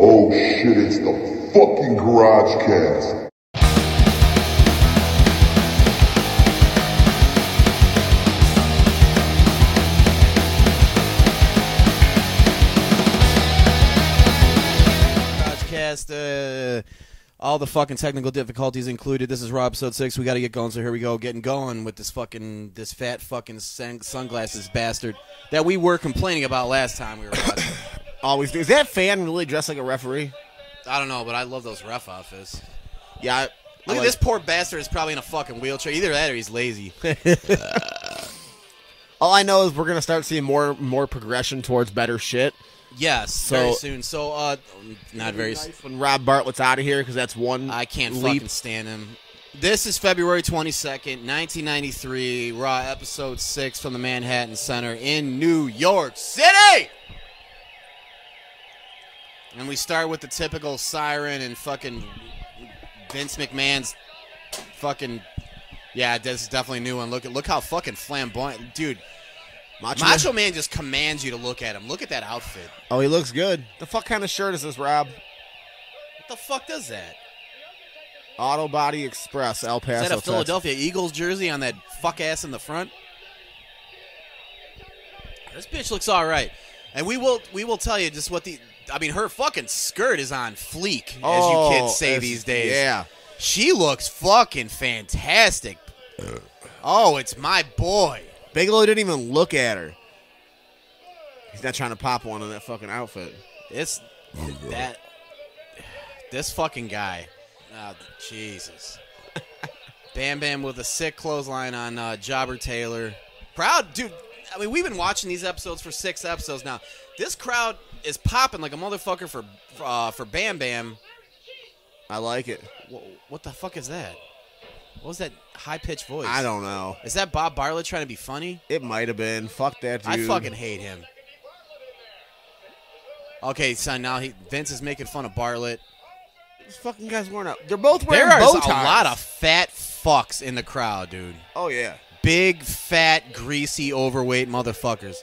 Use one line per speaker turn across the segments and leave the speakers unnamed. Oh, fucking garage cast.
Podcast, uh, all the fucking technical difficulties included. This is Rob Sode Six. We got to get going, so here we go, getting going with this fucking this fat fucking sun- sunglasses bastard that we were complaining about last time we were. watching.
Always do. Is that fan really dressed like a referee?
I don't know, but I love those ref outfits.
Yeah. I,
Look
I
at
like-
this poor bastard is probably in a fucking wheelchair. Either that or he's lazy.
All I know is we're gonna start seeing more more progression towards better shit.
yes, very
So-
soon. So, uh, not very. s-
Nice when Rob Bartlett's out of here because that's one.
I can't
leap.
fucking stand him. This is February 22nd, 1993, Raw Episode 6 from the Manhattan Center in New York City! And we start with the typical siren and fucking Vince McMahon's fucking. Yeah, this is definitely a new one. Look at look how fucking flamboyant. Dude,
Macho Man-
Macho Man just commands you to look at him. Look at that outfit.
Oh, he looks good. The fuck kind of shirt is this, Rob?
What the fuck does that?
Auto Body Express, El Paso.
Is that a
Texas.
Philadelphia Eagles jersey on that fuck ass in the front? This bitch looks all right, and we will we will tell you just what the I mean her fucking skirt is on fleek as you
Oh,
kids say
it's-
these days.
Yeah.
she looks fucking fantastic.
Uh.
Oh, it's my boy.
Bigelow didn't even look at her. He's not trying to pop one in that fucking outfit.
It's
Oh,
that this fucking guy. Oh, Jesus. Bam Bam with a sick clothesline on uh, Jobber Taylor. Proud dude. I mean, we've been watching these episodes for six episodes now. This crowd is popping like a motherfucker for uh, for Bam Bam.
I like it.
What, what the fuck is that? What was that high pitched voice?
I don't know.
Is that Bob Bartlett trying to be funny?
It might have been. Fuck that dude.
I fucking hate him. Okay, son. Now he Vince is making fun of Bartlett.
These fucking guys wearing up. They're both wearing
There are
bow
a
ties.
lot of fat fucks in the crowd, dude.
Oh yeah.
Big, fat, greasy, overweight motherfuckers.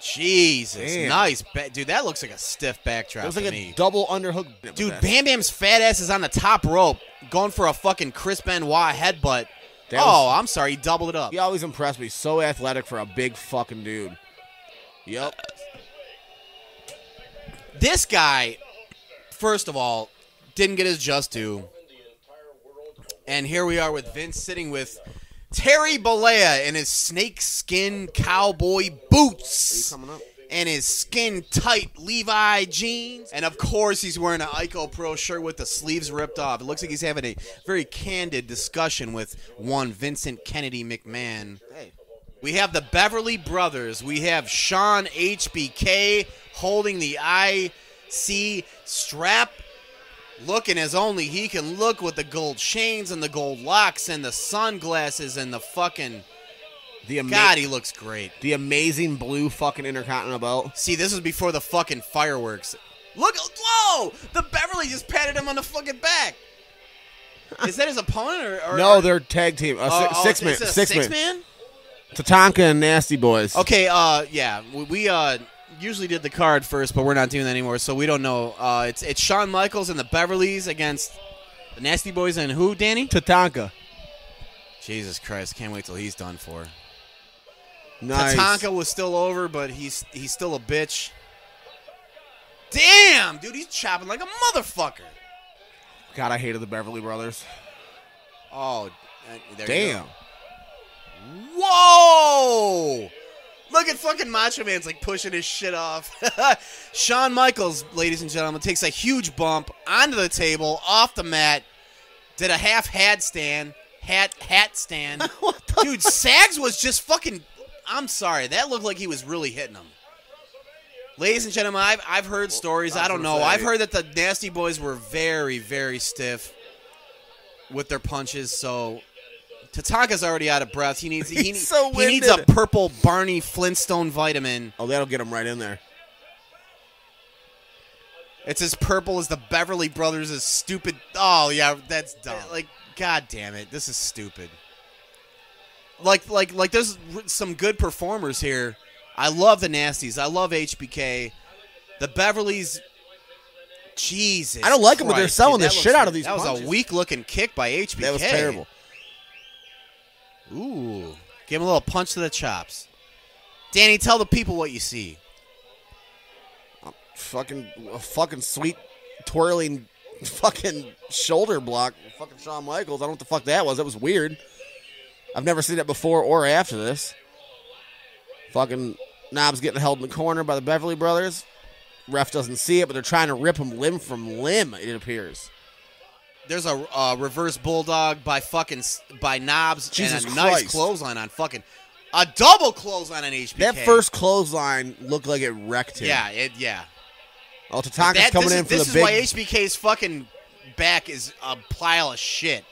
Jesus,
Damn.
nice, ba- dude. That looks like a stiff backdrop
It was
to
like
me.
a double underhook.
dude, Bam Bam's fat ass is on the top rope, going for a fucking Chris Benoit headbutt.
That
oh,
was-
I'm sorry, he doubled it up.
He always impressed me. So athletic for a big fucking dude. Yep.
This guy, first of all, didn't get his just due. And here we are with Vince sitting with Terry Bollea in his snakeskin cowboy boots.
coming up?
And his skin tight Levi jeans. And of course, he's wearing an Ico Pro shirt with the sleeves ripped off. It looks like he's having a very candid discussion with one Vincent Kennedy McMahon.
Hey.
We have the Beverly Brothers. We have Sean HBK holding the IC strap, looking as only he can look with the gold chains and the gold locks and the sunglasses and the fucking.
The ama-
God, he looks great.
the amazing blue fucking intercontinental belt.
See, this was before the fucking fireworks. Look! Whoa! The Beverly just patted him on the fucking back. Is that his opponent or? or
No,
or-
they're tag team. Uh,
Oh,
si-
oh,
six
it's
man.
a
Six,
six
man.
man?
Tatanka and Nasty Boys.
Okay, uh, yeah, we, we uh usually did the card first, but we're not doing that anymore, so we don't know. Uh, it's it's Shawn Michaels and the Beverleys against the Nasty Boys and who? Danny?
Tatanka.
Jesus Christ! Can't wait till he's done for.
Nice.
Tatanka was still over, but he's he's still a bitch. Damn, dude, he's chopping like a motherfucker.
God, I hated the Beverly Brothers.
Oh, uh, there you go.
Damn.
Whoa! Look at fucking Macho Man's like pushing his shit off. Shawn Michaels, ladies and gentlemen, takes a huge bump onto the table, off the mat, did a half hat stand, hat hat stand. Dude, Sags was just fucking. I'm sorry, that looked like he was really hitting him. Ladies and gentlemen, I've, I've heard stories.
I was
I don't know.
gonna say-
I've heard that the Nasty Boys were very, very stiff with their punches, so Tatanka's already out of breath. He needs he,
He's so
he needs a
winded.
purple Barney Flintstone vitamin.
Oh, that'll get him right in there.
It's as purple as the Beverly Brothers' stupid. Oh yeah, that's dumb. Like, god damn it, this is stupid. Like, like, like, there's r- some good performers here. I love the Nasties. I love HBK. The Beverleys Jesus.
I don't like 'em, but they're
Christ,
selling
dude, that
the shit
was-
out of these
That was
punches.
a weak looking kick by HBK.
That was terrible.
Ooh. Give him a little punch to the chops. Danny, tell the people what you see.
Fucking a fucking sweet twirling fucking shoulder block. Fucking Shawn Michaels. I don't know what the fuck that was. That was weird. I've never seen that before or after this. Fucking Knobs getting held in the corner by the Beverly Brothers. Ref doesn't see it, but they're trying to rip him limb from limb. It appears.
There's a uh, reverse bulldog by fucking s- by knobs
Jesus
and a
Christ.
nice clothesline on fucking a double clothesline on HBK.
That first clothesline looked like it wrecked him.
yeah, it, yeah.
Oh, Tatanka's
That-
coming
this
in
is,
for
this
the
is
big.
why HBK's fucking back is a pile of shit.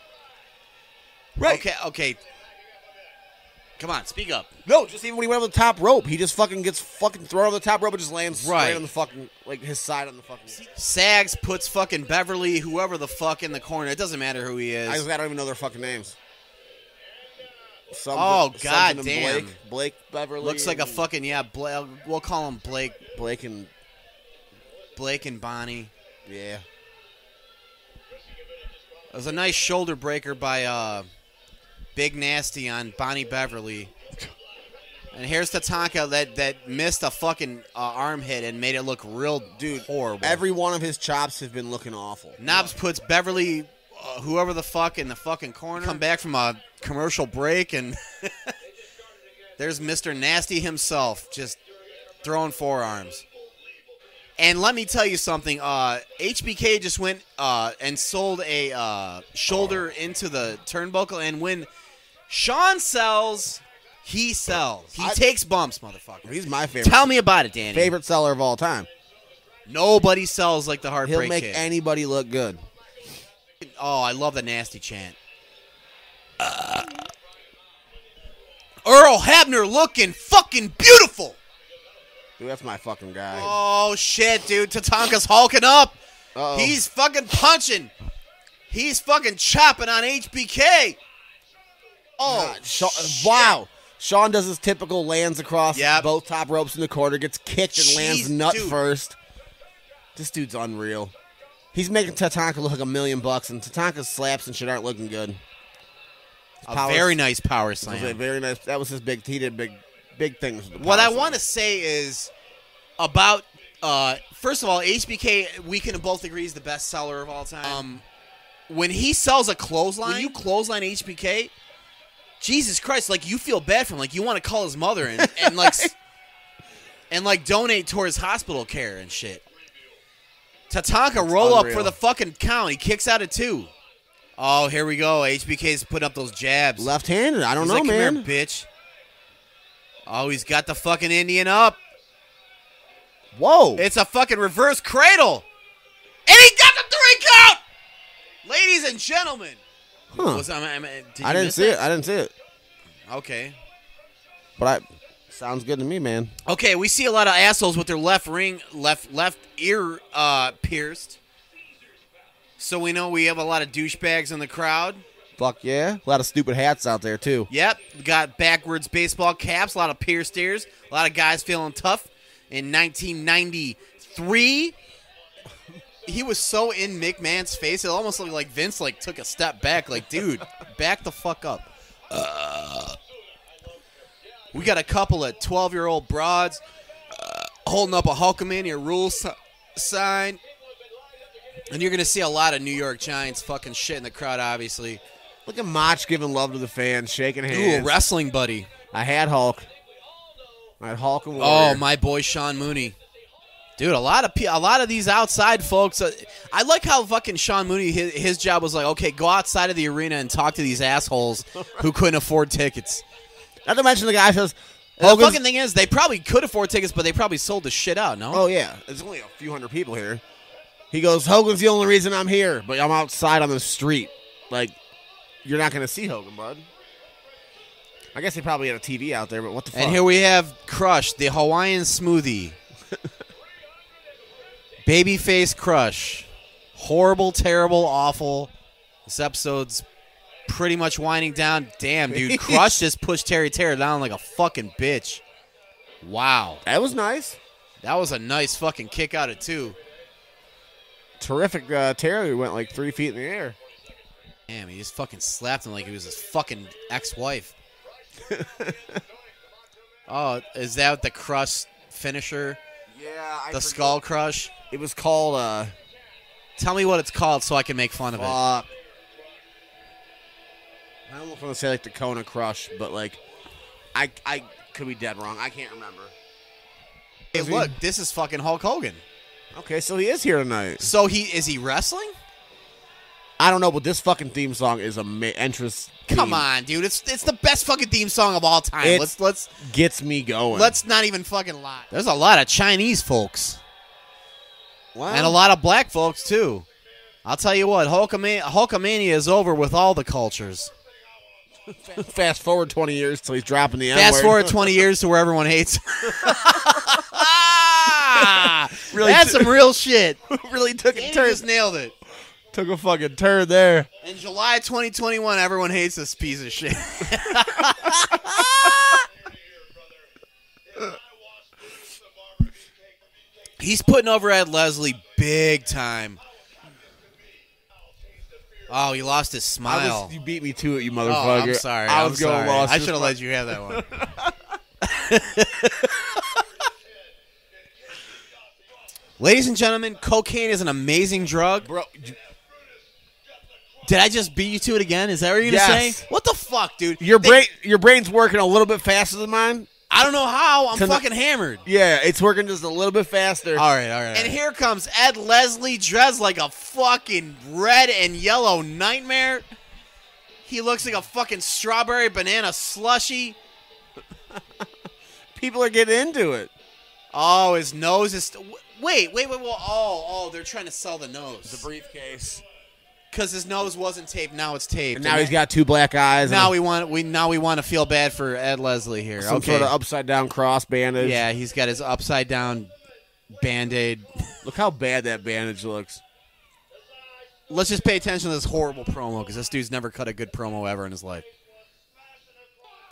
Right.
Okay, okay. Come on, speak up.
No, just even when he went over the top rope, he just fucking gets fucking thrown over the top rope and just lands
Right.
straight on the fucking like his side on the fucking.
Sags puts fucking Beverly, whoever the fuck, in the corner. It doesn't matter who he is.
I, just, I don't even know their fucking names. Something,
Oh,
something
God
and
damn.
Blake, Blake Beverly
Looks like a
and
fucking yeah. Bla- we'll call him Blake,
Blake and
Blake and Bonnie.
yeah.
It was a nice shoulder breaker by uh, Big Nasty on Bonnie Beverly. And here's Tatanka that that missed a fucking uh, arm hit and made it look real
Dude,
horrible.
Every one of his chops have been looking awful.
Knobs puts Beverly, uh, whoever the fuck, in the fucking corner. Come back from a commercial break, and there's Mr. Nasty himself just throwing forearms. And let me tell you something. Uh, HBK just went uh, and sold a uh, shoulder into the turnbuckle, and when Sean sells, he sells. He
I-
takes bumps, motherfucker.
He's my favorite
Tell me about it, Danny.
favorite seller of all time.
Nobody sells like the heartbreak
He'll make
Kid.
anybody look good.
Oh, I love the nasty chant. Uh. Earl Hebner looking fucking beautiful.
Dude, that's my fucking guy.
Oh shit, dude! Tatanka's hulking up.
Uh-oh.
He's fucking punching. He's fucking chopping on HBK. Oh,
God, Sha-
shit.
uh, wow. Sean does his typical lands across
Yep.
both top ropes in the corner, gets kicked and lands
Jeez,
nut
dude.
first. This dude's unreal. He's making Tatanka look like a million bucks, and Tatanka's slaps and shit aren't looking good.
A
Power-
very nice power
It was a
slam.
very nice. That was his big. He did big, big things. With the
What
power
I
slam.
want to say is about uh, first of all, HBK. We can both agree is the best seller of all time. Um, when he sells a clothesline, when you clothesline HBK, Jesus Christ! Like you feel bad for him. Like you want to call his mother and, and like s- and like donate towards hospital care and shit. Tatanka roll up
unreal.
for the fucking count. He kicks out at two. Oh, here we go. HBK's putting up those jabs.
left-handed. I don't
He's
know,
like,
man.
Come here, bitch. Oh, he's got the fucking Indian up.
Whoa!
It's a fucking reverse cradle. And he got the three count! Ladies and gentlemen.
Huh.
Was- I'm- I'm- did you
I didn't
miss
see it.
that?
I didn't see it.
Okay.
But I sounds good to me, man.
Okay, we see a lot of assholes with their left ring, left left ear uh, pierced. So we know we have a lot of douchebags in the crowd.
Fuck yeah! A lot of stupid hats out there too.
Yep, we got backwards baseball caps, a lot of pierced ears, a lot of guys feeling tough. In 1993, he was so in McMahon's face, it almost looked like Vince like took a step back, like, dude, back the fuck up. Uh, we got a couple of 12 year old broads uh, holding up a Hulkamania rules si- sign. And you're going to see a lot of New York Giants fucking shit in the crowd, obviously.
Look at Mach giving love to the fans, shaking
Ooh,
hands.
wrestling buddy.
I had Hulk. I had Hulk and Warrior.
Oh, my boy Sean Mooney. Dude, a lot of pe- a lot of these outside folks. Uh, I like how fucking Sean Mooney. His, his job was like, okay, go outside of the arena and talk to these assholes who couldn't afford tickets.
Not to mention the guy says,
And the
Hogan's-
fucking thing is, they probably could afford tickets, but they probably sold the shit out. No,
"Oh yeah, it's only a few hundred people here." He goes, "Hogan's the only reason I'm here, but I'm outside on the street. Like, you're not gonna see Hogan, bud." I guess they probably had a TV out there, but what the fuck?
and here we have Crush, the Hawaiian smoothie, babyface Crush. Horrible, terrible, awful. This episode's pretty much winding down. Damn, dude, Crush just pushed Terry Terra down like a fucking bitch. Wow.
that was nice.
That was a nice fucking kick out of two.
terrific uh, Terry who went like three feet in the air.
Damn, he just fucking slapped him like he was his fucking ex-wife. oh, is that the crush finisher?
Yeah, I
The skull crush?
It was called. Uh,
Tell me what it's called so I can make fun of it.
Uh, I almost want to say like the Kona Crush, but like, I I could be dead wrong. I can't remember.
Hey,
Does he-
look, this is fucking Hulk Hogan.
Okay, so he is here tonight.
So he is he wrestling?
I don't know, but this fucking theme song is a ma- entrance. theme.
Come on, dude. It's it's the best fucking theme song of all time.
It's-
let's let's
gets me going.
let's not even fucking lie. There's a lot of Chinese folks
Wow.
and a lot of black folks too. I'll tell you what, Hulkamania, Hulkamania is over with all the cultures.
Fast forward twenty years till he's dropping the.
Fast
N-word.
forward 20 years to where everyone hates.
Really
That's
t-
some real shit.
really took
Andy
a turn.
Ah! just nailed it.
Took a fucking turn there.
In July 2021, everyone hates this piece of shit. He's putting over Ed Leslie big time. Oh, he lost his
I
smile.
was, you beat me to it, you motherfucker.
oh, I'm sorry.
I
I'm
was going
sorry.
lost.
I
as
should have
fuck.
let you have that one. Ladies and gentlemen, cocaine is an amazing drug.
Bro,
Did I just beat you to it again? Is that what you're gonna
Yes.
say? What the fuck, dude?
your
They-
brain, your brain's working a little bit faster than mine.
I don't know how. I'm
Tonight-
fucking hammered.
Yeah, it's working just a little bit faster.
All right, all right. And here comes Ed Leslie dressed like a fucking red and yellow nightmare. He looks like a fucking strawberry banana slushy.
People are getting into it.
Oh, his nose is. St- wait, wait, wait, wait. Oh, oh, they're trying to sell the nose
briefcase.
because his nose wasn't taped. Now it's taped.
And now he's got two black eyes.
Now
and
we want we now we want to feel bad for Ed Leslie here.
some
okay.
sort of upside down cross bandage.
yeah, he's got his upside down band aid.
Look how bad that bandage looks.
Let's just pay attention to this horrible promo because this dude's never cut a good promo ever in his life.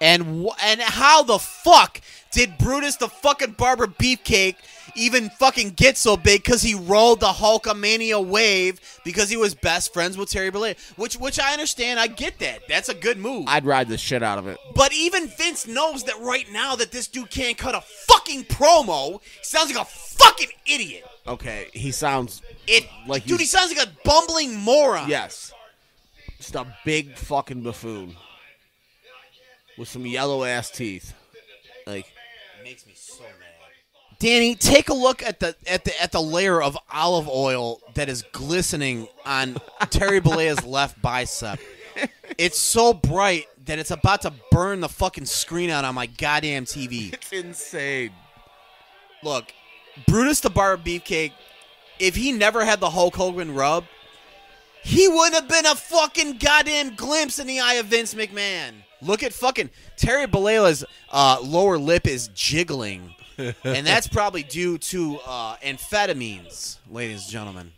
And wh- and how the fuck did Brutus the fucking Barber Beefcake even fucking get so big? Because he rolled the Hulkamania wave because he was best friends with Terry Bollea, which which I understand. I get that. That's a good move.
I'd ride the shit out of it.
But even Vince knows that right now that this dude can't cut a fucking promo. He sounds like a fucking idiot.
Okay, he sounds
It
Like
dude, he
he's-
sounds like a bumbling moron.
yes, just a big fucking buffoon with some yellow ass teeth. Like
makes me so mad. Danny, take a look at the at the at the layer of olive oil that is glistening on Terry Bollea's left bicep. It's so bright that it's about to burn the fucking screen out on my goddamn TV.
it's insane.
Look, Brutus the Barber Beefcake, if he never had the Hulk Hogan rub, he would have been a fucking goddamn glimpse in the eye of Vince McMahon. Look at fucking Terry Bollea's uh, lower lip is jiggling, and that's probably due to uh, amphetamines, ladies and gentlemen.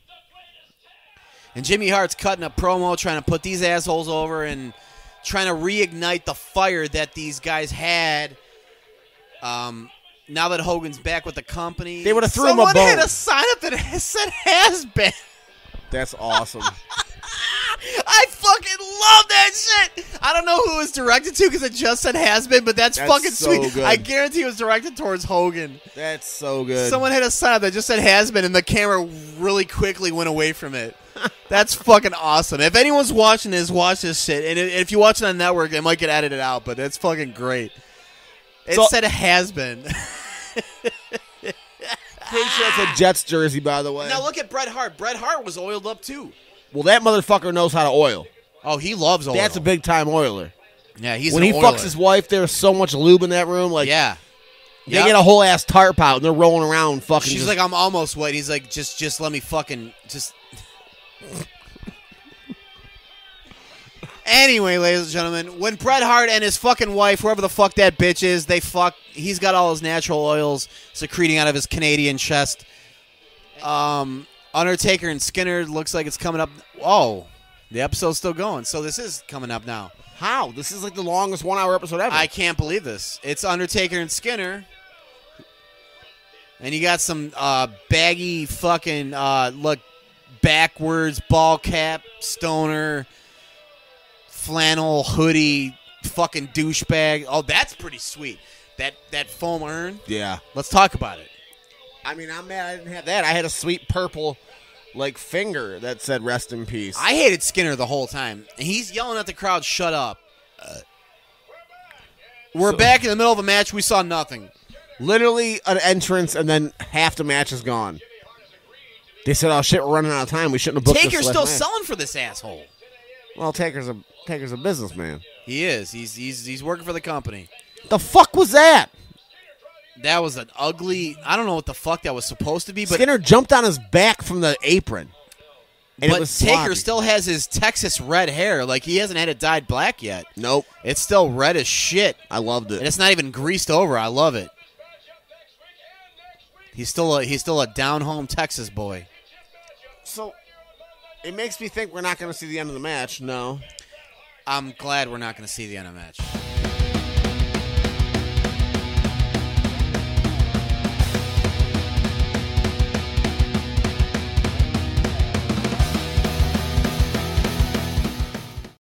And Jimmy Hart's cutting a promo, trying to put these assholes over and trying to reignite the fire that these guys had. Um, now that Hogan's back with the company,
They would've threw him a
Someone had
bone.
a sign up that has- said "has been."
That's awesome.
I fucking love that shit. I don't know who it was directed to because it just said has been, but that's,
That's
fucking
so
sweet.
good.
I guarantee it was directed towards Hogan.
That's so good.
Someone had a sign up that just said has been, and the camera really quickly went away from it. That's fucking awesome. If anyone's watching this, watch this shit. And if if you watch it on network, they might get edited out, but that's fucking great. It
So-
said has been.
pretty sure that's a Jets jersey, by the way.
now look at Bret Hart. Bret Hart was oiled up too.
well, that motherfucker knows how to oil.
Oh, he loves oil.
That's a big time oiler.
yeah. He's
when
an
he fucks
oiler.
his wife, there's so much lube in that room. Like
yeah.
they
Yep.
get a whole ass tarp out and they're rolling around fucking.
She's
just-
like, I'm almost wet. He's like, just, just let me fucking, just. anyway, ladies and gentlemen, when Bret Hart and his fucking wife, whoever the fuck that bitch is, they fuck. He's got all his natural oils secreting out of his Canadian chest. Um, Undertaker and Skinner looks like it's coming up. Oh, the episode's still going, so this is coming up now.
how? This is like the longest one hour episode ever.
I can't believe this. It's Undertaker and Skinner. And you got some uh, baggy fucking uh, look backwards ball cap stoner flannel hoodie fucking douchebag. Oh, that's pretty sweet. That that foam urn.
Yeah.
Let's talk about it.
I mean, I'm mad I didn't have that. I had a sweet purple, like finger that said "Rest in Peace."
I hated Skinner the whole time, and he's yelling at the crowd, "Shut up." Uh, we're
So-
back in the middle of a match. We saw nothing.
Literally an entrance, and then half the match is gone. They said, "Oh shit, we're running out of time. We shouldn't have booked." this
Taker's
last
still
match."
selling for this asshole.
Well, Taker's a Taker's a businessman.
He is. He's he's he's working for the company.
The fuck was that?
That was an ugly. I don't know what the fuck that was supposed to be, but
Skinner jumped on his back from the apron, and it
but
was
Taker
sloppy.
still has his Texas red hair. Like he hasn't had it dyed black yet.
Nope,
It's still red as shit,
I loved
and
it.
it's not even greased over. I love it. He's still a he's still a down home Texas boy.
So it makes me think we're not going to see the end of the match. No,
I'm glad we're not going to see the end of the match.